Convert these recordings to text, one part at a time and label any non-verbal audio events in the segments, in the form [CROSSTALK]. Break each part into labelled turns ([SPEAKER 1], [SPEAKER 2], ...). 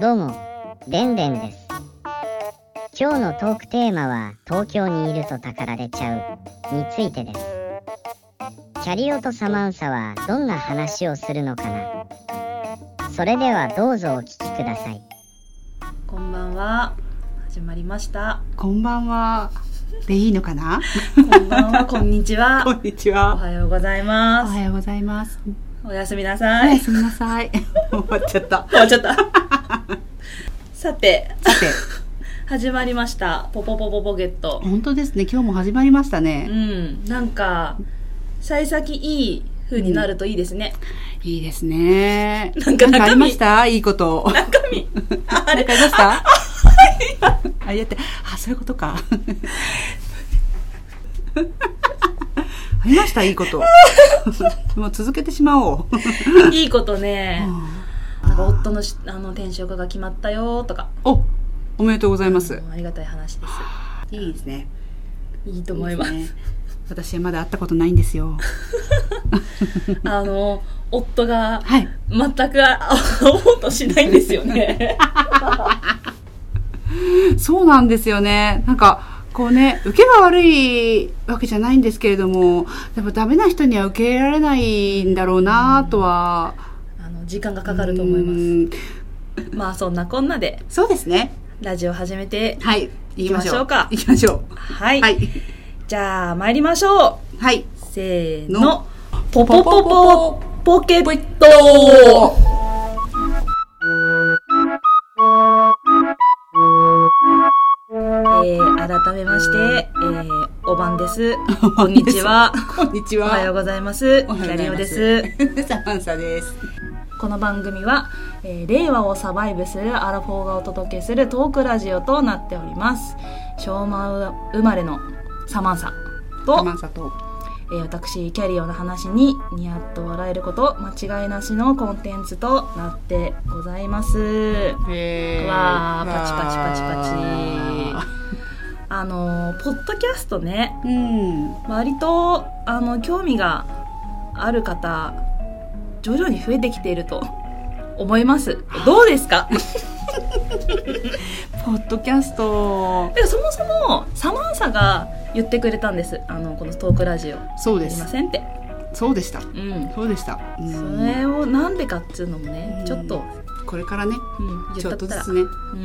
[SPEAKER 1] どうも、でんでんです。今日のトークテーマは、東京にいるとたかられちゃう、についてです。キャリオとサマンサはどんな話をするのかなそれではどうぞお聞きください。
[SPEAKER 2] こんばんは。始まりました。
[SPEAKER 3] こんばんは。でいいのかな。
[SPEAKER 2] こんばんは。こんにち
[SPEAKER 3] こ
[SPEAKER 2] は。
[SPEAKER 3] んにち
[SPEAKER 2] お
[SPEAKER 3] は。
[SPEAKER 2] はようござい
[SPEAKER 3] お
[SPEAKER 2] ます
[SPEAKER 3] は。ようございます。
[SPEAKER 2] おやすみな
[SPEAKER 3] お
[SPEAKER 2] さ
[SPEAKER 3] や
[SPEAKER 2] い。
[SPEAKER 3] すみなさい。 [LAUGHS] 終わっちゃった。
[SPEAKER 2] 終わっ
[SPEAKER 3] [LAUGHS]
[SPEAKER 2] ちゃった。さて、
[SPEAKER 3] さて、
[SPEAKER 2] 始まりました。ポポポポポゲット。
[SPEAKER 3] 本当ですね。今日も始まりました
[SPEAKER 2] う
[SPEAKER 3] ね。
[SPEAKER 2] ん。なんか、幸先いい風になるといいですね。
[SPEAKER 3] いいですね。
[SPEAKER 2] なんか中身
[SPEAKER 3] ありました。いいこと。なん
[SPEAKER 2] 中身。ああれ
[SPEAKER 3] かありました。あ、やって、あ、そういうこと [LAUGHS] か。ありました。いいこと。もう続けてしまおう。
[SPEAKER 2] いいことね。なんか夫のしあの転職が決まったよとか。
[SPEAKER 3] [LAUGHS] お、おめでとうございます。
[SPEAKER 2] ありがたい話です。
[SPEAKER 3] いいですね。
[SPEAKER 2] いいと思います。
[SPEAKER 3] ね。私はまだ会ったことないんですよ。
[SPEAKER 2] あの、夫が、
[SPEAKER 3] はい。
[SPEAKER 2] 全くあ会おうとしないんですよね。
[SPEAKER 3] そうなんですよね。なんか、こうね、受けが悪いわけじゃないんですけれども、でもダメな人には受け入れられないんだろうなとは。
[SPEAKER 2] あの時間がかかると思います
[SPEAKER 3] ます。
[SPEAKER 2] [LAUGHS] まあそんなこんなで
[SPEAKER 3] そうですね。
[SPEAKER 2] ラジオ始めて
[SPEAKER 3] はい。行きましょ
[SPEAKER 2] 行きまし
[SPEAKER 3] う。
[SPEAKER 2] ょうか
[SPEAKER 3] 行きましょ
[SPEAKER 2] は
[SPEAKER 3] う。
[SPEAKER 2] い、
[SPEAKER 3] はい。
[SPEAKER 2] じゃあ参りましょ
[SPEAKER 3] はい。
[SPEAKER 2] うせーの
[SPEAKER 3] の
[SPEAKER 2] ポポポポポケットえー、改めまして、えー、おばんです。こんにちは。
[SPEAKER 3] こんにち
[SPEAKER 2] お
[SPEAKER 3] は。
[SPEAKER 2] はようございます。キ
[SPEAKER 3] おは
[SPEAKER 2] ャ
[SPEAKER 3] ようござ
[SPEAKER 2] リ
[SPEAKER 3] い
[SPEAKER 2] オ
[SPEAKER 3] ま
[SPEAKER 2] です。。
[SPEAKER 3] サマンサです。
[SPEAKER 2] この番組は、えー令和をサバイブするアラフォーがお届けするトークラジオとなっております昭和生まれのサマンサ
[SPEAKER 3] サ
[SPEAKER 2] と
[SPEAKER 3] マ、ンサと。
[SPEAKER 2] えー私キャリオの話にニヤッと笑えること間違いなしのコンテンツとなってございます
[SPEAKER 3] え
[SPEAKER 2] わーパチパチパチパあのーポッドキャストね
[SPEAKER 3] チ。うん。
[SPEAKER 2] 割とあの興味がある方徐々に増えてきている
[SPEAKER 3] [LAUGHS]
[SPEAKER 2] と思いますどうですか
[SPEAKER 3] ポッドキャスト。
[SPEAKER 2] でそもそもサマンサが言ってくれたんですあのこのトークラジオ「
[SPEAKER 3] そう
[SPEAKER 2] や
[SPEAKER 3] で。
[SPEAKER 2] りますせん」って、
[SPEAKER 3] そうでした。
[SPEAKER 2] うん、
[SPEAKER 3] そうでした。うん
[SPEAKER 2] それをなんでかっつうのもね、
[SPEAKER 3] うん
[SPEAKER 2] ちょっと、
[SPEAKER 3] これからね、
[SPEAKER 2] うん、
[SPEAKER 3] ち
[SPEAKER 2] 言
[SPEAKER 3] ょ
[SPEAKER 2] っ
[SPEAKER 3] ったと
[SPEAKER 2] った
[SPEAKER 3] ず
[SPEAKER 2] ら
[SPEAKER 3] つ、ね、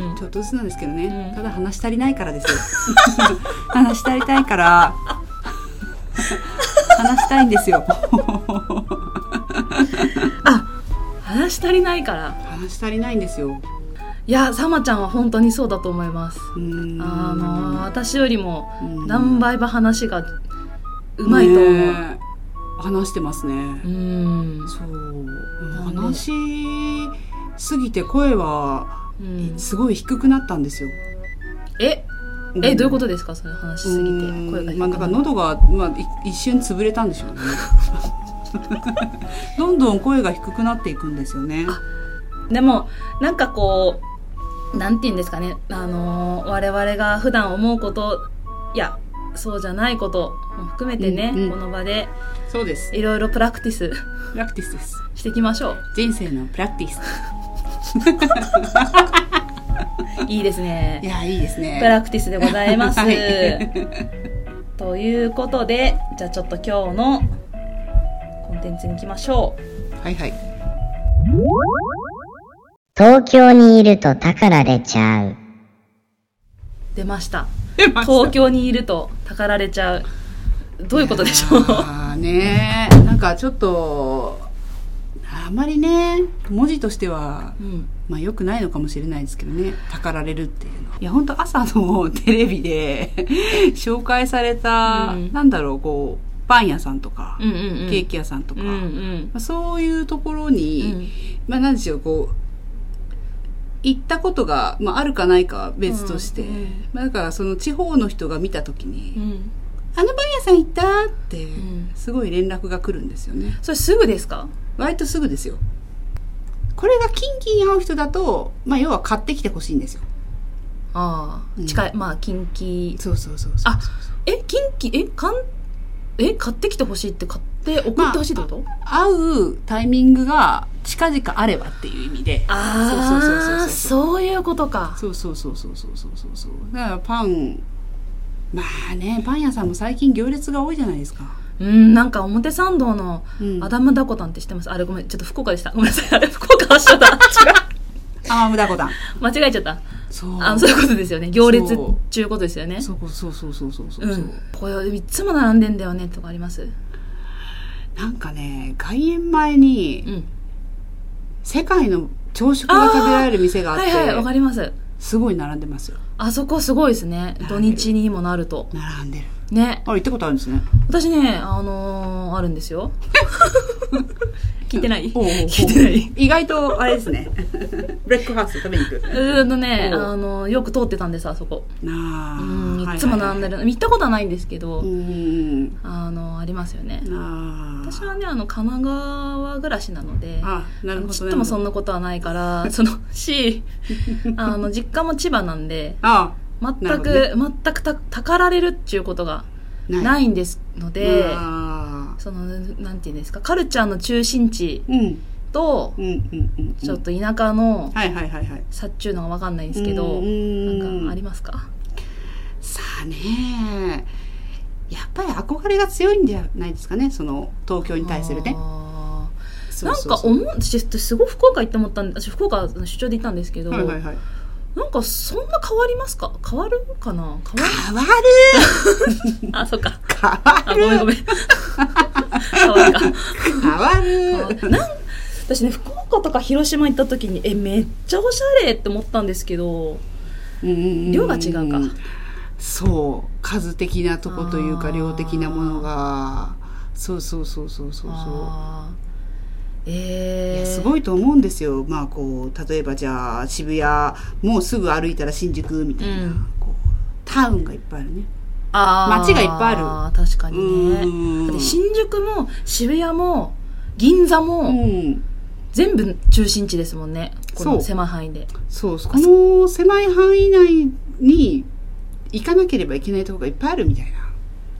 [SPEAKER 2] うん
[SPEAKER 3] ちょっとずつなんですけどね、
[SPEAKER 2] うん
[SPEAKER 3] ただ話し足りないから
[SPEAKER 2] [LAUGHS]
[SPEAKER 3] ですよ。話し足りたいから、話したいんですよ。
[SPEAKER 2] 話し足りないから
[SPEAKER 3] 話し足りないんですよ。
[SPEAKER 2] いやサマちゃんは本当にそうだと思います
[SPEAKER 3] うーん
[SPEAKER 2] あの私よりも
[SPEAKER 3] うん
[SPEAKER 2] 何倍も話がうまいと思う、
[SPEAKER 3] ねえ話してますね。
[SPEAKER 2] うん
[SPEAKER 3] そう、
[SPEAKER 2] なんで
[SPEAKER 3] 話しすぎて声は
[SPEAKER 2] うん
[SPEAKER 3] すごい低くなったんですよ。
[SPEAKER 2] ええどういうこととですかそれ話しすぎて声が低く
[SPEAKER 3] まあ、だから喉が、まあ、い一瞬潰れたんでしょう [LAUGHS] ねどんどん声が低くなっていくんですよね
[SPEAKER 2] でもなんかこうなんて言うんですかねあのー我々が普段思うこといやそうじゃないことも含めてね、
[SPEAKER 3] うんうん
[SPEAKER 2] この場で
[SPEAKER 3] そうです
[SPEAKER 2] いろいろプラクティス
[SPEAKER 3] プラクティスです
[SPEAKER 2] していきましょ [LAUGHS] う
[SPEAKER 3] 人生のプラクティス
[SPEAKER 2] いいです
[SPEAKER 3] [LAUGHS] い
[SPEAKER 2] ね
[SPEAKER 3] やいいです
[SPEAKER 2] プ
[SPEAKER 3] ね
[SPEAKER 2] ラクティスでございます、
[SPEAKER 3] は
[SPEAKER 2] [LAUGHS] ということでじゃあちょっと今日のコンテンツに行きましょう
[SPEAKER 3] はいはい
[SPEAKER 1] 東京にいるとたかられちゃう。
[SPEAKER 2] 出ました
[SPEAKER 3] 東
[SPEAKER 2] 東京にいるとたかられちゃうどういうことでしょう
[SPEAKER 3] ああねえなんかちょっとあんまりね文字としては
[SPEAKER 2] うん
[SPEAKER 3] まあ良くないのかもしれないですけどねたかられるっていうのはいや本当朝のテレビで紹介された、
[SPEAKER 2] うん
[SPEAKER 3] なんだろうこうパン屋さんとか、
[SPEAKER 2] うんうんうん
[SPEAKER 3] ケーキ屋さんとか、
[SPEAKER 2] うんう
[SPEAKER 3] ま
[SPEAKER 2] ん
[SPEAKER 3] あ、そういうところに、
[SPEAKER 2] うん
[SPEAKER 3] まあ何でしょうこう行ったことが、まあ、あるかないかは別として、
[SPEAKER 2] うんうん
[SPEAKER 3] まあ、だからその地方の人が見た時に「
[SPEAKER 2] うん
[SPEAKER 3] あのパン屋さん行った!」って
[SPEAKER 2] ん
[SPEAKER 3] すごい連絡が来るんですよね
[SPEAKER 2] それすぐですか
[SPEAKER 3] 割とすぐですよこれがキンキン合う人だと、まあ、要は買ってきてほしいんですよ
[SPEAKER 2] ああ、
[SPEAKER 3] うん
[SPEAKER 2] 近いまあ近畿
[SPEAKER 3] そうそうそう
[SPEAKER 2] あえ近畿えかんえ買ってきてほしいって買って送ってほしいってこと、
[SPEAKER 3] 会うタイミングが近々あればっていう意味で
[SPEAKER 2] ああ
[SPEAKER 3] そうそうそうそうそう
[SPEAKER 2] そういうことか
[SPEAKER 3] そうそうそうそうそうそうそうそうだからパンまあねパン屋さんも最近行列が多いじゃないですか、
[SPEAKER 2] うんなんか表参道の
[SPEAKER 3] うん、
[SPEAKER 2] アダム・ダコタンって知ってますあれごめんちょっと福岡でしたごめんなさいあれ福岡発祥だ [LAUGHS] 違
[SPEAKER 3] アマムダコタン
[SPEAKER 2] う間違えちゃった
[SPEAKER 3] そう
[SPEAKER 2] あのそういうことですよね行列っ
[SPEAKER 3] そう
[SPEAKER 2] ちゅうことですよね
[SPEAKER 3] そうそうそうそうそうそうそう、
[SPEAKER 2] うんこれいつも並んでんだよねとかあります
[SPEAKER 3] なんかね外苑前に、
[SPEAKER 2] うん
[SPEAKER 3] 世界の朝食が食べられる店があっ
[SPEAKER 2] は
[SPEAKER 3] て
[SPEAKER 2] いはいわかります
[SPEAKER 3] すごい並んでますよ
[SPEAKER 2] あそこすごいですね土日にもなると
[SPEAKER 3] 並んでる
[SPEAKER 2] ね
[SPEAKER 3] あ行ったことあるんですね
[SPEAKER 2] 私ねあのーあるんです
[SPEAKER 3] [LAUGHS]
[SPEAKER 2] よ聞いてない
[SPEAKER 3] おうおうおう
[SPEAKER 2] 聞いて
[SPEAKER 3] [LAUGHS]
[SPEAKER 2] ない
[SPEAKER 3] 意外とあれです
[SPEAKER 2] [LAUGHS]
[SPEAKER 3] ねブレックファースト食べに行く
[SPEAKER 2] うーんとね、
[SPEAKER 3] おう
[SPEAKER 2] あのーよく通ってたんですあそこ
[SPEAKER 3] なあ
[SPEAKER 2] うんいつも並んで
[SPEAKER 3] る
[SPEAKER 2] る行ったことはないんですけど、
[SPEAKER 3] うん
[SPEAKER 2] あのーありますよね
[SPEAKER 3] なあ
[SPEAKER 2] 私はねあの神奈川暮らしなので
[SPEAKER 3] あなるほどね
[SPEAKER 2] ちっともそんなことはない
[SPEAKER 3] [LAUGHS]
[SPEAKER 2] からそのしあの実家も千葉なんで
[SPEAKER 3] あ
[SPEAKER 2] 全
[SPEAKER 3] なるほ
[SPEAKER 2] く、全くたたかられるっていうことが
[SPEAKER 3] あない
[SPEAKER 2] ないんですので、
[SPEAKER 3] ああ
[SPEAKER 2] そのなんていうんですかカルチャーの中心地
[SPEAKER 3] うんうん
[SPEAKER 2] と、
[SPEAKER 3] うんうん
[SPEAKER 2] ちょっと田舎の
[SPEAKER 3] はいはいはいはい
[SPEAKER 2] 差っちゅうのが分かんないんですけど、
[SPEAKER 3] うん
[SPEAKER 2] なんかありますか
[SPEAKER 3] さあねやっぱり憧れが強いんじゃないですかねその東京に対するね
[SPEAKER 2] あー
[SPEAKER 3] そ
[SPEAKER 2] な
[SPEAKER 3] うんそう
[SPEAKER 2] か
[SPEAKER 3] そう
[SPEAKER 2] 思う私すごい福岡行って思ったんで私福岡の出張で行ったんですけど、
[SPEAKER 3] はいはいはい
[SPEAKER 2] なんかそんな変わりますか変わるかな変わ
[SPEAKER 3] 変わる [LAUGHS]
[SPEAKER 2] るあそっか
[SPEAKER 3] 変わ
[SPEAKER 2] あご
[SPEAKER 3] る
[SPEAKER 2] めんごめ
[SPEAKER 3] [LAUGHS]
[SPEAKER 2] ん変わるか
[SPEAKER 3] 変わる
[SPEAKER 2] なん私ね福岡とか広島行った時にえめっちゃおしゃれって思ったんですけど量
[SPEAKER 3] 量
[SPEAKER 2] が違うか
[SPEAKER 3] そう数的なとこという
[SPEAKER 2] あ
[SPEAKER 3] か
[SPEAKER 2] ー
[SPEAKER 3] 量的なものがそうそうそうそうそうそ
[SPEAKER 2] あー
[SPEAKER 3] うい
[SPEAKER 2] え
[SPEAKER 3] や
[SPEAKER 2] ー、
[SPEAKER 3] す
[SPEAKER 2] い
[SPEAKER 3] ごいと思うんですよまあこう例えばじゃあ渋谷もうすぐ歩いたら新宿みたいな、
[SPEAKER 2] うん
[SPEAKER 3] こうタウンがいっぱいあるね
[SPEAKER 2] あー
[SPEAKER 3] 街がいっぱいあ
[SPEAKER 2] 確かにね
[SPEAKER 3] うん
[SPEAKER 2] だって新宿も渋谷も銀座も、
[SPEAKER 3] うん
[SPEAKER 2] 全部中心地ですもんねこ
[SPEAKER 3] そ
[SPEAKER 2] の
[SPEAKER 3] う
[SPEAKER 2] 狭い範囲で
[SPEAKER 3] そうこの狭い範囲内に行かなければいけないところがいっぱいあるみたいな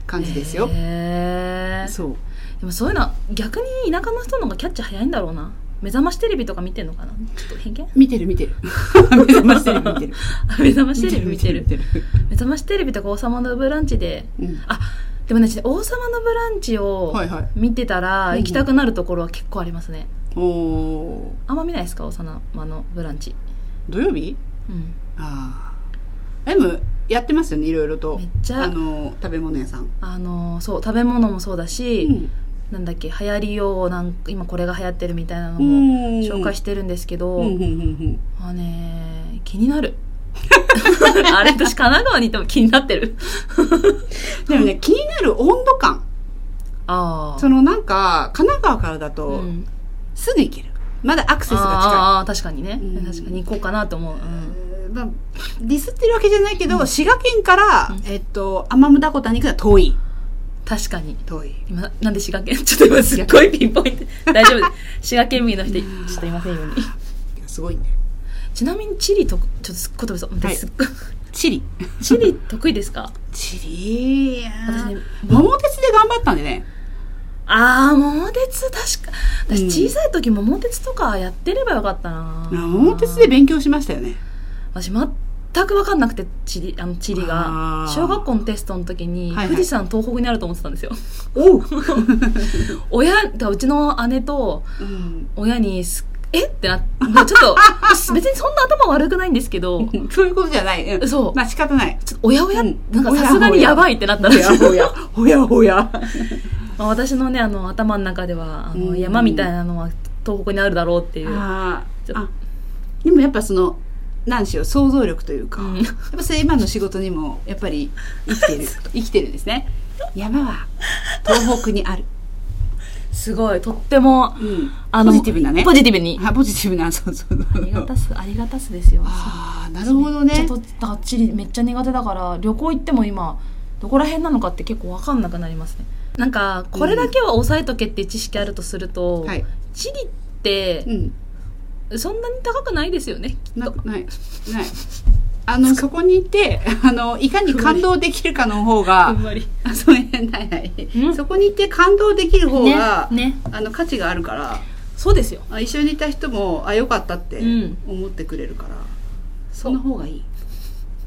[SPEAKER 3] 感じですよ、
[SPEAKER 2] へー
[SPEAKER 3] そう
[SPEAKER 2] でもそういうのは逆に田舎の人の方がキャッチ早いんだろうな目覚ましテレビとか見てんのかなちょっと偏見
[SPEAKER 3] 見てる見
[SPEAKER 2] [LAUGHS]
[SPEAKER 3] てる目覚ましテレビ見てる
[SPEAKER 2] 目覚ましテレビ見てる
[SPEAKER 3] 見てる見て
[SPEAKER 2] 目覚ましテレビとか「王様のブランチで」
[SPEAKER 3] る、うん
[SPEAKER 2] あでもね私ね王様のブランチ」を
[SPEAKER 3] はいはい
[SPEAKER 2] 見てたら
[SPEAKER 3] うん
[SPEAKER 2] 行きたくなるところは結構ありますね、
[SPEAKER 3] おー
[SPEAKER 2] あんま見ないですか「王様のブランチ
[SPEAKER 3] 土曜日」
[SPEAKER 2] うん
[SPEAKER 3] ああでもやってますよねいろいろと
[SPEAKER 2] めっちゃ
[SPEAKER 3] あの食べ物屋さん、
[SPEAKER 2] あのーそう食べ物もそうだ
[SPEAKER 3] う
[SPEAKER 2] し、
[SPEAKER 3] ん、
[SPEAKER 2] なんだっけ流行りをなんか今これが流行ってるみたいなのも紹
[SPEAKER 3] 紹
[SPEAKER 2] 介
[SPEAKER 3] し
[SPEAKER 2] してるんですけど、
[SPEAKER 3] うんうんうんうん
[SPEAKER 2] あね気になる [LAUGHS] あれ私神奈川にいても気になってる
[SPEAKER 3] でもね気になる温度感
[SPEAKER 2] ああ
[SPEAKER 3] そのなんか神奈川からだと
[SPEAKER 2] うん、
[SPEAKER 3] すぐ行けるまだアクセスが
[SPEAKER 2] ああ確かにね、
[SPEAKER 3] うん
[SPEAKER 2] 確かに行こうかなと思う、うん、
[SPEAKER 3] 近いえーまあディスってるわけじゃないけど、
[SPEAKER 2] うん
[SPEAKER 3] 滋賀県から、
[SPEAKER 2] うん
[SPEAKER 3] えっと天武凧田に行くのは遠い
[SPEAKER 2] 確かに
[SPEAKER 3] 遠い
[SPEAKER 2] 今なんで滋賀県 [LAUGHS] ちょっと今すっごいピンポイント大丈夫です滋賀県民の人ちょっといませんように
[SPEAKER 3] すごいね
[SPEAKER 2] ちなみに地理とちょっとすっごい飛びそう
[SPEAKER 3] はい
[SPEAKER 2] すっごい
[SPEAKER 3] チリ
[SPEAKER 2] 地理得意ですか
[SPEAKER 3] チリ
[SPEAKER 2] 私ね
[SPEAKER 3] 桃鉄で頑張ったんでね
[SPEAKER 2] ああ桃鉄確か私
[SPEAKER 3] うん
[SPEAKER 2] 小さい時桃鉄とかやってればよかったな、
[SPEAKER 3] 桃鉄で勉強しましたよね
[SPEAKER 2] 私全く分かんなくて地理あの地理が
[SPEAKER 3] あー
[SPEAKER 2] 小学校のテストの時に
[SPEAKER 3] はいはい
[SPEAKER 2] 富士山東北にあると思ってたんですよ、
[SPEAKER 3] おう、
[SPEAKER 2] 親がうちの姉と
[SPEAKER 3] うん、
[SPEAKER 2] 親にすえってな
[SPEAKER 3] [LAUGHS]
[SPEAKER 2] ってちょっと私別にそんな頭悪くないんですけど
[SPEAKER 3] そういうことじゃない、うん
[SPEAKER 2] そう
[SPEAKER 3] まあ仕方ない
[SPEAKER 2] ちょっとおやおや、
[SPEAKER 3] うん
[SPEAKER 2] なんかさすがにやばいってなったらしい
[SPEAKER 3] ほやほやほや
[SPEAKER 2] [LAUGHS] まあ私のねあの頭の中ではあ
[SPEAKER 3] う
[SPEAKER 2] の
[SPEAKER 3] ん
[SPEAKER 2] 山みたいなのは東北にあるだろうっていう、
[SPEAKER 3] あー
[SPEAKER 2] ちょっ
[SPEAKER 3] あでもやっぱその何しろ想像力というか、
[SPEAKER 2] うん
[SPEAKER 3] やっぱそれ今の仕事にもやっぱり生き
[SPEAKER 2] [LAUGHS]
[SPEAKER 3] てる生きてるんですね山は東北にある、
[SPEAKER 2] すごいとっても
[SPEAKER 3] うん、
[SPEAKER 2] あ
[SPEAKER 3] ポジティブなね
[SPEAKER 2] ポジティブに
[SPEAKER 3] あポジティブなそうそう
[SPEAKER 2] ありがたすありがたすですよ
[SPEAKER 3] ああなるほど
[SPEAKER 2] ちょっ
[SPEAKER 3] ね
[SPEAKER 2] とだから地理めっちゃ苦手だから旅行行っても今どこら辺なのかって結構分かんなくなりますねなんかこれだけは押さえとけっていう知識あるとすると、
[SPEAKER 3] はい、
[SPEAKER 2] 地理って
[SPEAKER 3] うん、
[SPEAKER 2] そんなに高くないですよねきっ
[SPEAKER 3] な
[SPEAKER 2] と
[SPEAKER 3] ないないあのそこにいて [LAUGHS] あのいかに感動できるかの方
[SPEAKER 2] あん
[SPEAKER 3] が
[SPEAKER 2] まり
[SPEAKER 3] あそういやないない
[SPEAKER 2] うん
[SPEAKER 3] そこにいて感動できる方が、
[SPEAKER 2] ねね
[SPEAKER 3] あの価値があるから
[SPEAKER 2] そうですよ。
[SPEAKER 3] あ一緒にいた人もあ良かったって
[SPEAKER 2] うん
[SPEAKER 3] 思ってくれるから、
[SPEAKER 2] そ
[SPEAKER 3] その
[SPEAKER 2] う。
[SPEAKER 3] 方がいい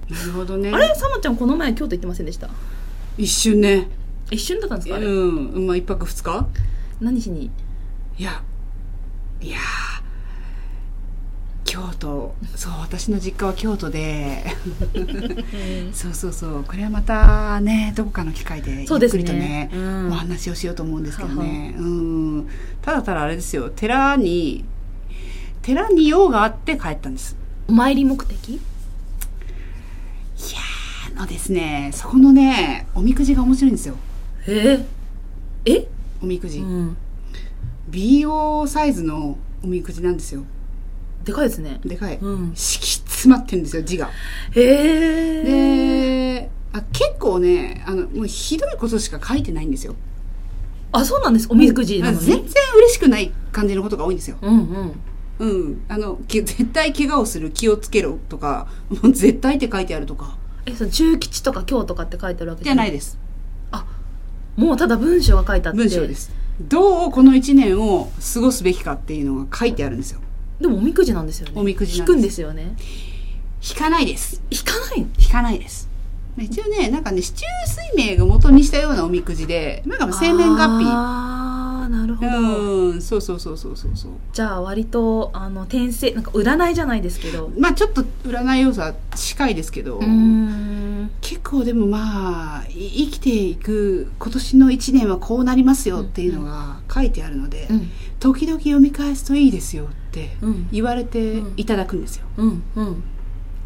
[SPEAKER 3] なるほどね
[SPEAKER 2] あれ、さまちゃんこの前京都行ってませんでした
[SPEAKER 3] 一瞬ね
[SPEAKER 2] 一瞬だったんですかあれ。
[SPEAKER 3] うんまあ一泊二日
[SPEAKER 2] 何しに
[SPEAKER 3] いやいやー京都そう私の実家は京
[SPEAKER 2] [LAUGHS]
[SPEAKER 3] 都でそうそうそうこれはまたねどこかの機会でゆっ
[SPEAKER 2] そう
[SPEAKER 3] く
[SPEAKER 2] です
[SPEAKER 3] り
[SPEAKER 2] ね
[SPEAKER 3] とね
[SPEAKER 2] うん
[SPEAKER 3] お話をしようと思うんですけどね、うん、ただただあれですよ寺に寺に用があって帰ったんです
[SPEAKER 2] お参り目的
[SPEAKER 3] あのですねそこのねおみくじが面白いんですよ
[SPEAKER 2] ええ
[SPEAKER 3] おみくじ、
[SPEAKER 2] うん。
[SPEAKER 3] BO サイズのおみくじなんですよ
[SPEAKER 2] でかいですね。
[SPEAKER 3] でかい、
[SPEAKER 2] うん。
[SPEAKER 3] 敷き詰まってるんですよ字が
[SPEAKER 2] へえ。
[SPEAKER 3] であ結構ねあのもうひどいことしか書いてないんですよ
[SPEAKER 2] あ、そうなんです。おみくじなの
[SPEAKER 3] 全然
[SPEAKER 2] に。
[SPEAKER 3] 嬉しくない感じのことが多いんですよ
[SPEAKER 2] うんうん。
[SPEAKER 3] うんあのき絶対怪我をする気をつけろとかもう絶対って書いてあるとか
[SPEAKER 2] え、その中吉とか京とかって書いてあるわけ
[SPEAKER 3] じゃない
[SPEAKER 2] い。
[SPEAKER 3] です
[SPEAKER 2] もうただ文章が書いてあって。
[SPEAKER 3] 文章で。すどうこの1年を過ごすべきかっていうのが書いてあるんですよ
[SPEAKER 2] でもおみくじなんですよね。
[SPEAKER 3] おみくじな
[SPEAKER 2] 引
[SPEAKER 3] ん
[SPEAKER 2] くんで
[SPEAKER 3] です
[SPEAKER 2] すよね。
[SPEAKER 3] 引かないです
[SPEAKER 2] 引かない
[SPEAKER 3] 引かないです一応ねなんかね市中水明が元にしたようなおみくじでなんか生年月日
[SPEAKER 2] ああ、なるほど。
[SPEAKER 3] うんそうそうそうそうそうそう
[SPEAKER 2] じゃあ割と、あの、転生、なんか占いじゃないですけど。
[SPEAKER 3] まあちょっと占い要素は近いですけど、
[SPEAKER 2] うーん。
[SPEAKER 3] 結構でもまあい生きていく今年の1年はこうなりますよっていうのが書いてあるので、
[SPEAKER 2] うん。
[SPEAKER 3] 時々読み返すといいですよって
[SPEAKER 2] うん。
[SPEAKER 3] 言われて
[SPEAKER 2] うん
[SPEAKER 3] いただくんですよ
[SPEAKER 2] うん。うん。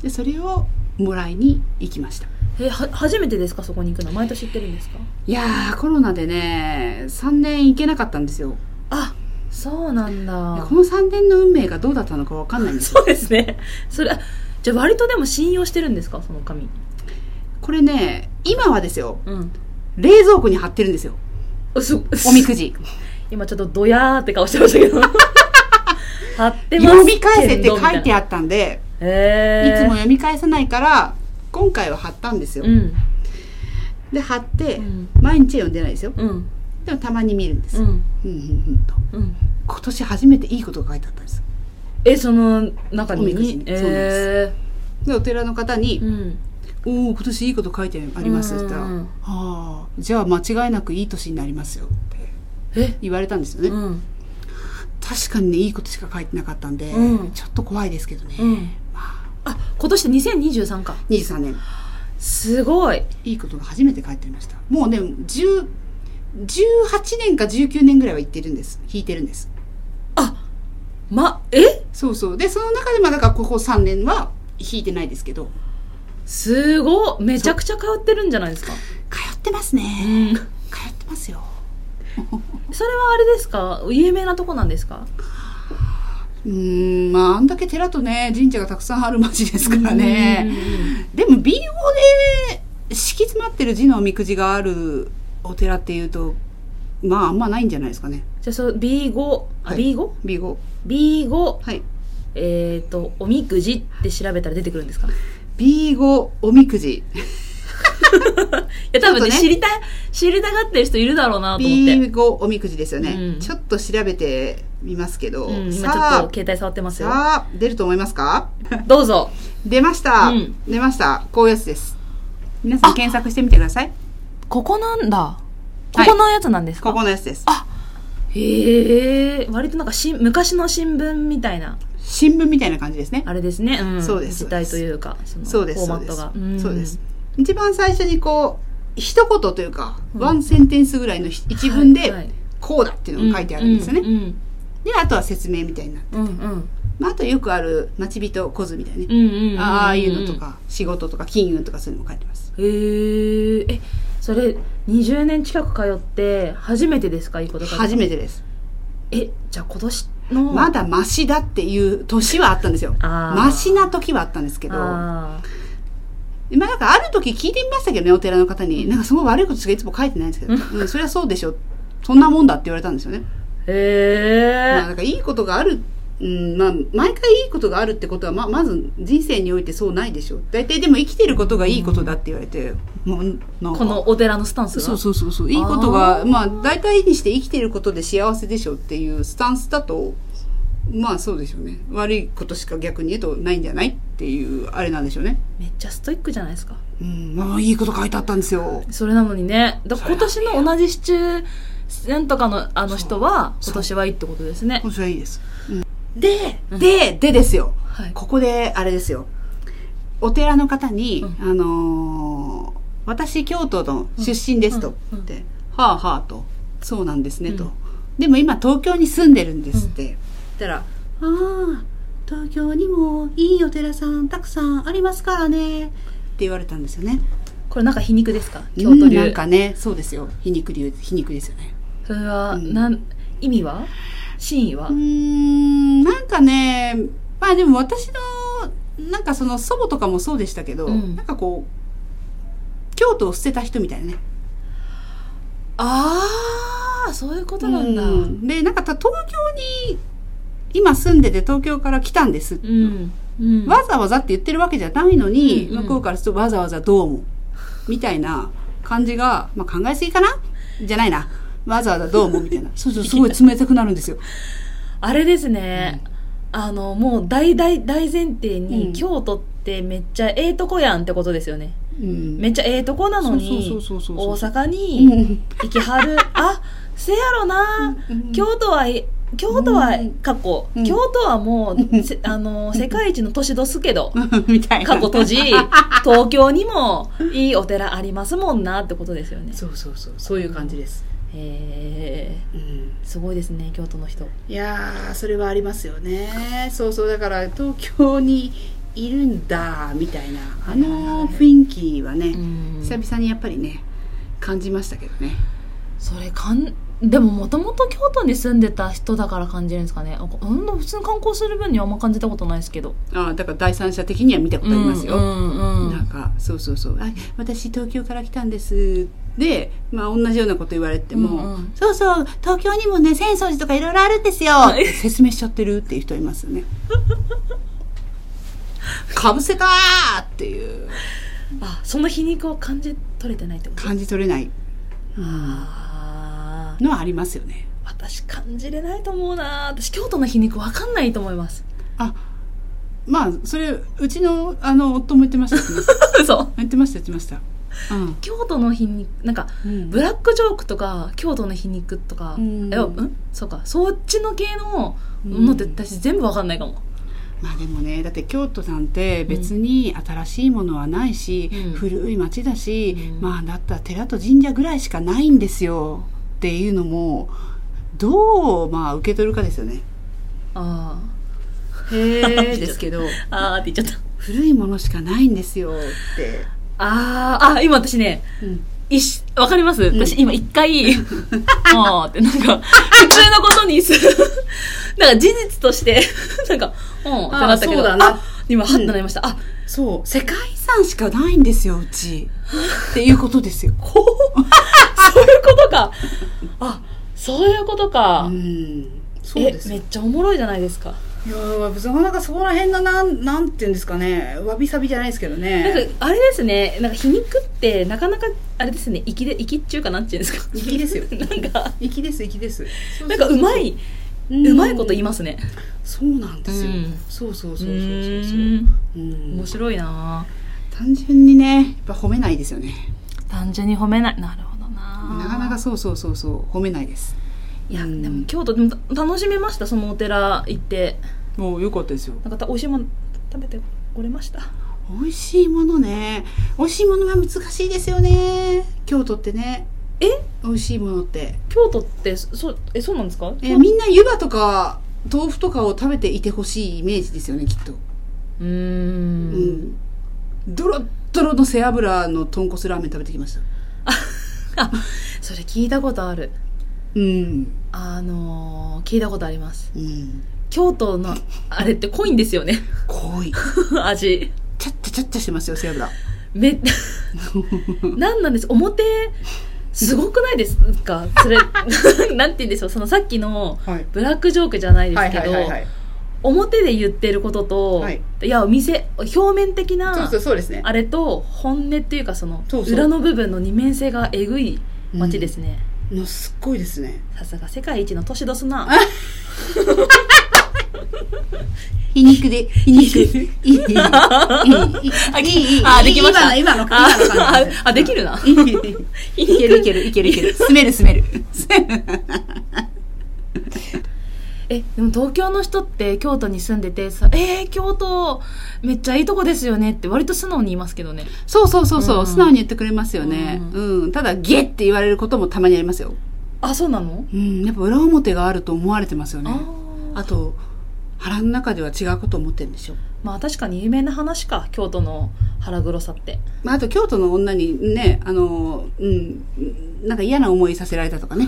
[SPEAKER 3] でそれをもらいに行きました
[SPEAKER 2] え、は、初めてですかそこに行くの。毎年行ってるんですか
[SPEAKER 3] いやーコロナでね3年行けなかったんですよ
[SPEAKER 2] あ、そうなん
[SPEAKER 3] で
[SPEAKER 2] だ
[SPEAKER 3] こ。の3年の運命がどうだったのか分かんないんですよ
[SPEAKER 2] [LAUGHS] そうですね。それ、あじゃあ割とでも信用してるんですかその紙。
[SPEAKER 3] [LAUGHS] これね今はですよ
[SPEAKER 2] うん。
[SPEAKER 3] 冷蔵庫に貼ってるんですよ
[SPEAKER 2] す
[SPEAKER 3] おみく [LAUGHS] じ
[SPEAKER 2] 今ちょっとドヤーって顔してました
[SPEAKER 3] [LAUGHS]
[SPEAKER 2] けど。貼ってますけど。
[SPEAKER 3] 読み返せって書いて
[SPEAKER 2] あ
[SPEAKER 3] あったんで
[SPEAKER 2] る。へ
[SPEAKER 3] い
[SPEAKER 2] ー
[SPEAKER 3] つも読み返さないから今回は貼ったんですよ、
[SPEAKER 2] うん。
[SPEAKER 3] で貼って、
[SPEAKER 2] うん
[SPEAKER 3] 毎日は読んでないですよ
[SPEAKER 2] うん。
[SPEAKER 3] でもたまに見るんで
[SPEAKER 2] う
[SPEAKER 3] す、うん、
[SPEAKER 2] ん。
[SPEAKER 3] うんうんと
[SPEAKER 2] うん。
[SPEAKER 3] 今年初めていいことが書いてあったんです
[SPEAKER 2] え、その中
[SPEAKER 3] お
[SPEAKER 2] に
[SPEAKER 3] みくじにそうなんです
[SPEAKER 2] え
[SPEAKER 3] でお寺の方に
[SPEAKER 2] ーうん。
[SPEAKER 3] 「おお今年いいこと書いてあります」って言ったら
[SPEAKER 2] うんうんうん
[SPEAKER 3] 「ああじゃあ間違いなくいい年になりますよ」って
[SPEAKER 2] え
[SPEAKER 3] 言われたんですよね、
[SPEAKER 2] うん。
[SPEAKER 3] 確かにねいいことしか書いてなかったんで、
[SPEAKER 2] うん
[SPEAKER 3] ちょっと怖いですけどね、
[SPEAKER 2] うん。あ、今年で2023か。
[SPEAKER 3] 23年
[SPEAKER 2] すごい。
[SPEAKER 3] いいことが初めて書いてありましたもうね10 18年か19年ぐらいは行ってるんです引いてるんです
[SPEAKER 2] ま、え
[SPEAKER 3] そうそう。で、その中でも、だからここ3年は引いてないですけど、
[SPEAKER 2] すごい。めちゃくちゃ通ってるんじゃないですか。
[SPEAKER 3] 通ってますね。
[SPEAKER 2] ん。
[SPEAKER 3] 通ってますよ。
[SPEAKER 2] それはあれですか有名なとこなんですか
[SPEAKER 3] うーん、まあ、あんだけ寺とね、神社がたくさんある町ですからね。でも、微量で敷き詰まってる字のおみくじがあるお寺っていうと、まあ、あんまないんじゃないですかね。
[SPEAKER 2] じゃあその B5 あ、
[SPEAKER 3] はい
[SPEAKER 2] B5?
[SPEAKER 3] B5。
[SPEAKER 2] B5
[SPEAKER 3] はい。
[SPEAKER 2] えっ、とおみくじって調べたら出てくるんですかい
[SPEAKER 3] B5 おみくじ。
[SPEAKER 2] や多分ね
[SPEAKER 3] ちょっとね
[SPEAKER 2] 知りたい知りたがってる人いるだろうなと思って、
[SPEAKER 3] B5 おみくじですよね。
[SPEAKER 2] うん
[SPEAKER 3] ちょっと調べてみますけど、
[SPEAKER 2] うん、今ちょっ
[SPEAKER 3] さ
[SPEAKER 2] と携帯触ってま
[SPEAKER 3] あ、
[SPEAKER 2] すよ
[SPEAKER 3] さあ、出ると思いますか
[SPEAKER 2] どうぞ
[SPEAKER 3] 出ました、
[SPEAKER 2] うん
[SPEAKER 3] 出ましたこういうやつです皆さん検索してみてください
[SPEAKER 2] ここなんだ
[SPEAKER 3] ここ
[SPEAKER 2] のやつなんです
[SPEAKER 3] ここのやつです
[SPEAKER 2] へえ割となんかし昔の新聞みたいな
[SPEAKER 3] 新聞みたいな感じですね
[SPEAKER 2] あれですね、うん、
[SPEAKER 3] そうです
[SPEAKER 2] 時代というかその
[SPEAKER 3] そうです
[SPEAKER 2] フ
[SPEAKER 3] そ
[SPEAKER 2] ォー
[SPEAKER 3] う
[SPEAKER 2] マッ
[SPEAKER 3] で
[SPEAKER 2] ト
[SPEAKER 3] す
[SPEAKER 2] が
[SPEAKER 3] そうです
[SPEAKER 2] ん
[SPEAKER 3] 一番最初にこう一言というか、
[SPEAKER 2] うん
[SPEAKER 3] ワンセンテンスぐらいのひ一文
[SPEAKER 2] はいはい
[SPEAKER 3] でこうだっていうのが書いてあるんですよね、
[SPEAKER 2] うん
[SPEAKER 3] であとは説明みたいな、
[SPEAKER 2] うんうん
[SPEAKER 3] まあ、あとよくある待ち人小図みたいなね、
[SPEAKER 2] うんうんうん
[SPEAKER 3] ああいうのとか仕事とか金運とかそういうのも書いてます
[SPEAKER 2] へーえそれ20年近く通って初めてですかいいことが
[SPEAKER 3] 初めてです、
[SPEAKER 2] えじゃあ今年の
[SPEAKER 3] まだマシだっていう年はあったんですよ
[SPEAKER 2] あー
[SPEAKER 3] マシな時はあったんですけど
[SPEAKER 2] あー
[SPEAKER 3] まあなんかある時聞いてみましたけどね、お寺の方に。なんかすごい悪いことしかいつも書いてないんですけど、うん、そりゃそうでしょ。そんなもんだって言われたんですよね。
[SPEAKER 2] へ
[SPEAKER 3] まあ
[SPEAKER 2] え
[SPEAKER 3] なんかいいことがあるうんまあ、毎回いいことがあるってことは、まあ、まず人生においてそうないでしょ大体でも生きてることがいいことだって言われて、もうなんか
[SPEAKER 2] このお寺のスタンスが
[SPEAKER 3] そうそうそうそういいこと
[SPEAKER 2] あ
[SPEAKER 3] が
[SPEAKER 2] ー
[SPEAKER 3] まあ大体にして生きてることで幸せでしょっていうスタンスだとまあそうでしょうね悪いことしか逆に言うとないんじゃないっていうあれなんでしょうね
[SPEAKER 2] めっちゃストイックじゃないですか
[SPEAKER 3] うんまあいいこと書いてあったんですよ
[SPEAKER 2] それなのにねだから今年の同じシチュエンとかのあの人は
[SPEAKER 3] そう
[SPEAKER 2] 今年はいいってことですね
[SPEAKER 3] 今年はいいです、でででですよ
[SPEAKER 2] はい
[SPEAKER 3] ここであれですよお寺の方に、
[SPEAKER 2] う
[SPEAKER 3] あのー私京都の出身ですと」
[SPEAKER 2] うんうん
[SPEAKER 3] って、はあはあ」と「そうなんですね」と、
[SPEAKER 2] うん
[SPEAKER 3] でも今東京に住んでるんです」って、言ったら「ああ東京にもいいお寺さんたくさんありますからね」って言われたんですよね
[SPEAKER 2] これなんか皮肉ですか京都
[SPEAKER 3] うん
[SPEAKER 2] 流、
[SPEAKER 3] なんかねそうですよ皮肉流皮肉ですよね
[SPEAKER 2] それは、
[SPEAKER 3] うん
[SPEAKER 2] なん意味は真意は、
[SPEAKER 3] うーんなんかねまあでも私のなんかその祖母とかもそうでしたけど、
[SPEAKER 2] うん
[SPEAKER 3] なんかこう京都を捨てた人みたいなね
[SPEAKER 2] ああそういうことなんだ
[SPEAKER 3] う
[SPEAKER 2] うん
[SPEAKER 3] でなんかた東京に今住んでて東京から来たんです、
[SPEAKER 2] ん、うん、
[SPEAKER 3] わざわざって言ってるわけじゃないのに、
[SPEAKER 2] うんうん
[SPEAKER 3] 向こうからするとわざわざどうもみたいな感じが、まあ、考えすぎかなじゃないなわざわざどうもみた
[SPEAKER 2] [LAUGHS]
[SPEAKER 3] いなそうそうすごい冷たくなるんですよ
[SPEAKER 2] あれですね、あのもう大大大前提に、
[SPEAKER 3] うん
[SPEAKER 2] 京都ってめっちゃええとこやんってことですよね
[SPEAKER 3] う
[SPEAKER 2] [LAUGHS]
[SPEAKER 3] ん
[SPEAKER 2] めっちゃええとこなのに
[SPEAKER 3] そうそうそうそうそう
[SPEAKER 2] 大阪
[SPEAKER 3] う
[SPEAKER 2] に
[SPEAKER 3] ん [LAUGHS]
[SPEAKER 2] 行きはる、あせやろな、
[SPEAKER 3] うん
[SPEAKER 2] 京都はい京都は
[SPEAKER 3] うん
[SPEAKER 2] 過去、
[SPEAKER 3] うん
[SPEAKER 2] 京都はもう、せあの世界一の都市どすけど
[SPEAKER 3] みたいな
[SPEAKER 2] 過去閉じ東京にもいいお寺ありますもんなってことですよね
[SPEAKER 3] そうそうそうそういう感じです、
[SPEAKER 2] へえ
[SPEAKER 3] うん
[SPEAKER 2] すごいですね京都の人
[SPEAKER 3] いやーそれはありますよねそうそうだから東京にいるんだみたいなあの雰囲気はね、
[SPEAKER 2] うん
[SPEAKER 3] 久々にやっぱりね感じましたけどね
[SPEAKER 2] それかんでももともと京都に住んでた人だから感じるんですかねあうん普通に観光する分にはあんま感じたことないですけど
[SPEAKER 3] あーだから第三者的には見たことありますよ、
[SPEAKER 2] うんうんう
[SPEAKER 3] なん
[SPEAKER 2] ん
[SPEAKER 3] かそうそうそう「あ私東京から来たんです」で、まあ、同じようなこと言われても「
[SPEAKER 2] うんうん
[SPEAKER 3] そうそう東京にもね浅草寺とかいろいろあるんですよ」って説明しちゃってるっていう人います
[SPEAKER 2] [LAUGHS]
[SPEAKER 3] よね。かぶせたーっていう
[SPEAKER 2] あその皮肉を感じ取れてないってこと
[SPEAKER 3] 感じ取れない
[SPEAKER 2] あー
[SPEAKER 3] のはありますよね。
[SPEAKER 2] 私感じれないと思うな私京都の皮肉わかんないと思います [LAUGHS]
[SPEAKER 3] あまあそれうちのあの夫も言ってましたしね [LAUGHS]
[SPEAKER 2] そう
[SPEAKER 3] 言ってました言ってました。うん
[SPEAKER 2] 京都の皮肉なんか
[SPEAKER 3] うん
[SPEAKER 2] ブラックジョークとか京都の皮肉とか、
[SPEAKER 3] うん
[SPEAKER 2] えうんそうかそっちの系の
[SPEAKER 3] うん
[SPEAKER 2] のって私全部わかんないかも、
[SPEAKER 3] まあでもねだって京都なんて別に新しいものはないし、
[SPEAKER 2] うん
[SPEAKER 3] 古い町だし、
[SPEAKER 2] うん
[SPEAKER 3] まあだったら寺と神社ぐらいしかないんですよっていうのもどうまあ受け取るかですよね。
[SPEAKER 2] あ
[SPEAKER 3] へえですけど
[SPEAKER 2] ーあーって言っちゃった
[SPEAKER 3] 古いものしかないんですよって。
[SPEAKER 2] あーあ今私ね
[SPEAKER 3] うん
[SPEAKER 2] いしわかります、
[SPEAKER 3] ん
[SPEAKER 2] 私今一
[SPEAKER 3] [LAUGHS]
[SPEAKER 2] 回あーってなんか普通のことにす
[SPEAKER 3] [LAUGHS]
[SPEAKER 2] なんか事実としてなんかうんってなったけ
[SPEAKER 3] あーそう
[SPEAKER 2] ど
[SPEAKER 3] だな
[SPEAKER 2] あ今ハッとなりました、あ
[SPEAKER 3] そう世界遺産しかないんですようちっていうことですよ。
[SPEAKER 2] こうそういうことかあそういうことか、
[SPEAKER 3] うんそう
[SPEAKER 2] え
[SPEAKER 3] です
[SPEAKER 2] め
[SPEAKER 3] よ
[SPEAKER 2] っちゃおもろいじゃないですか
[SPEAKER 3] いやーなかなかそこら辺のなんなんていうんですかねわびさびじゃないですけどね。
[SPEAKER 2] なんかあれですねなんか皮肉ってなかなかあれですね粋で粋っちゅうかなんていうんですか
[SPEAKER 3] 粋ですよ
[SPEAKER 2] [LAUGHS] なんか
[SPEAKER 3] 粋です粋です
[SPEAKER 2] なんかうまい、
[SPEAKER 3] う
[SPEAKER 2] うんまいこと言いますね
[SPEAKER 3] そうなんですよ、
[SPEAKER 2] うん
[SPEAKER 3] そうそう
[SPEAKER 2] そそ
[SPEAKER 3] そううそ
[SPEAKER 2] そ
[SPEAKER 3] ううそうう
[SPEAKER 2] そう
[SPEAKER 3] そ
[SPEAKER 2] そう
[SPEAKER 3] ううん
[SPEAKER 2] 面白いな
[SPEAKER 3] 単純にねやっぱ褒めないですよね
[SPEAKER 2] 単純に褒めないなるほどな
[SPEAKER 3] なかなかそうそうそうそう褒めないです
[SPEAKER 2] いや
[SPEAKER 3] う
[SPEAKER 2] で
[SPEAKER 3] ん
[SPEAKER 2] も京都でも楽しめましたそのお寺行って
[SPEAKER 3] もう良かったですよ
[SPEAKER 2] なんかた美味しいもの食べてこれました
[SPEAKER 3] 美味しいものね美味しいものが難しいですよね京都ってね
[SPEAKER 2] え
[SPEAKER 3] 美味しいものって、
[SPEAKER 2] 京都ってそうえそうなんですか
[SPEAKER 3] えみんな湯葉とか豆腐とかを食べていてほしいイメージですよねきっと
[SPEAKER 2] うー
[SPEAKER 3] うんんドロッドロの背脂の豚骨ラーメン食べてきました
[SPEAKER 2] あそれ聞いたことある
[SPEAKER 3] うん
[SPEAKER 2] あのー聞いたことあります
[SPEAKER 3] うん
[SPEAKER 2] 京都のあれって濃いんですよね [LAUGHS]
[SPEAKER 3] 濃い
[SPEAKER 2] 味
[SPEAKER 3] ちゃっちゃちゃっちゃしてますよ背脂
[SPEAKER 2] めなんなんです表すごくないですか
[SPEAKER 3] [LAUGHS]
[SPEAKER 2] それなんて言うんでしょうそのさっきの
[SPEAKER 3] [LAUGHS] はい
[SPEAKER 2] ブラックジョークじゃないですけど、表で言ってることと、
[SPEAKER 3] はい
[SPEAKER 2] い、やお店表面的
[SPEAKER 3] そう
[SPEAKER 2] な
[SPEAKER 3] そうそうですね。
[SPEAKER 2] あれと本音っていうかその
[SPEAKER 3] そうそう
[SPEAKER 2] 裏の部分の二面性がえぐい街ですね、
[SPEAKER 3] のすっごいですね。
[SPEAKER 2] さすが世界一の都市どす
[SPEAKER 3] [LAUGHS]
[SPEAKER 2] な
[SPEAKER 3] 皮肉で、皮肉。いい、いい、いい、いい、いい、
[SPEAKER 2] あできました
[SPEAKER 3] 今の、今の、今
[SPEAKER 2] あ
[SPEAKER 3] [LAUGHS] の感じです。
[SPEAKER 2] あできるな、
[SPEAKER 3] いいいけるいけるいけるいけ [LAUGHS] る。住める住める。
[SPEAKER 2] えでも東京の人って京都に住んでてさ「えー、京都めっちゃいいとこですよね」って割と素直に言いますけどね
[SPEAKER 3] そうそうそうそう、
[SPEAKER 2] うん
[SPEAKER 3] 素直に言ってくれますよね。うん。ただ、ゲって言われることもたまにありますよ。
[SPEAKER 2] あそうなの、
[SPEAKER 3] うん。やっぱ裏表があると思われてますよね。
[SPEAKER 2] あ
[SPEAKER 3] あと、腹の中では違うことを思ってるんでしょ。
[SPEAKER 2] まあ確かに有名な話か京都の腹黒さ
[SPEAKER 3] [LAUGHS]
[SPEAKER 2] って
[SPEAKER 3] まあ、あと、京都の女にね、あの、うん、なんか嫌な思いさせられたとか [LAUGHS] ね。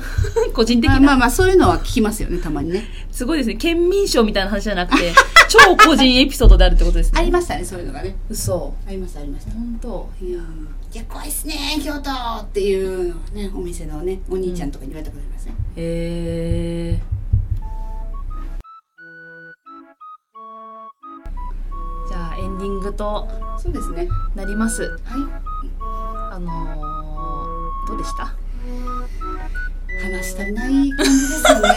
[SPEAKER 2] 個人的
[SPEAKER 3] まあ
[SPEAKER 2] な、
[SPEAKER 3] まあまあ、そういうのは聞きますよね、たまにね。
[SPEAKER 2] すごいですね県民賞みたいな話じゃなくて [LAUGHS] 超個人エピソードであるってことですね
[SPEAKER 3] [LAUGHS] ありましたね、そういうのがね。
[SPEAKER 2] 嘘
[SPEAKER 3] ありました、ありました。
[SPEAKER 2] 本当
[SPEAKER 3] いやー、いや怖いっすね京都っていうのをねお店のねお兄ちゃんとかに言われたことありますね、
[SPEAKER 2] へえじゃあエンディングと
[SPEAKER 3] そうですね
[SPEAKER 2] なります
[SPEAKER 3] は
[SPEAKER 2] あのー、どうでした
[SPEAKER 3] い話足りない感じですよね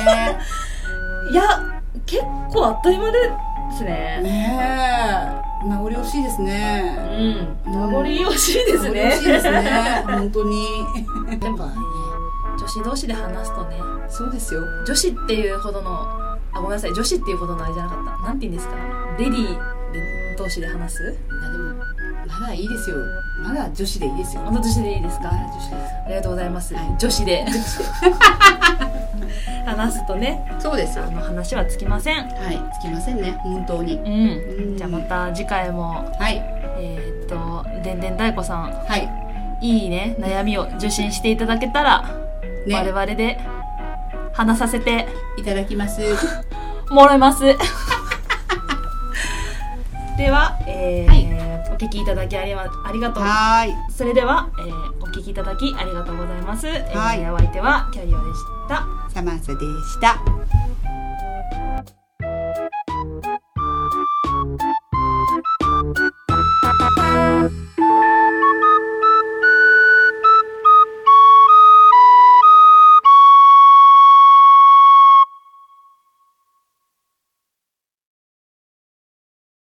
[SPEAKER 2] いや結構あっという間ですね
[SPEAKER 3] ねえ名残惜しいです
[SPEAKER 2] う
[SPEAKER 3] ね
[SPEAKER 2] ん名残惜しいです
[SPEAKER 3] 名残惜しい
[SPEAKER 2] [LAUGHS]
[SPEAKER 3] です
[SPEAKER 2] ね
[SPEAKER 3] ね本当に
[SPEAKER 2] やっぱね女子同士で話すとね
[SPEAKER 3] そうですよ
[SPEAKER 2] 女子っていうほどのあごめんなさい女子っていうほどのあれじゃなかったなんて言うんですかレディーで同士で話す
[SPEAKER 3] まあでもまだいいですよまだ女子でいいですよ
[SPEAKER 2] あの女子でいいです
[SPEAKER 3] ま
[SPEAKER 2] か
[SPEAKER 3] だ女子で
[SPEAKER 2] ありがとうございます、
[SPEAKER 3] はい
[SPEAKER 2] 女子
[SPEAKER 3] [LAUGHS]
[SPEAKER 2] で話すとね
[SPEAKER 3] いいそうです
[SPEAKER 2] あ
[SPEAKER 3] よ
[SPEAKER 2] の話はつきません
[SPEAKER 3] はいつきませんね本当に
[SPEAKER 2] うん
[SPEAKER 3] うん
[SPEAKER 2] じゃあまた次回も
[SPEAKER 3] はい
[SPEAKER 2] えーっとでんでん太鼓さん
[SPEAKER 3] はい
[SPEAKER 2] いいね悩みを受信していただけたら、我
[SPEAKER 3] ね
[SPEAKER 2] 々で話させて
[SPEAKER 3] いただきます
[SPEAKER 2] もらいます [LAUGHS] では、えーお聞きいただきありまありがとう
[SPEAKER 3] はーい
[SPEAKER 2] それでは、えーお聞きいただきありがとうございます、
[SPEAKER 3] はい
[SPEAKER 2] えーお相手はキャリオでした
[SPEAKER 3] サマンサでした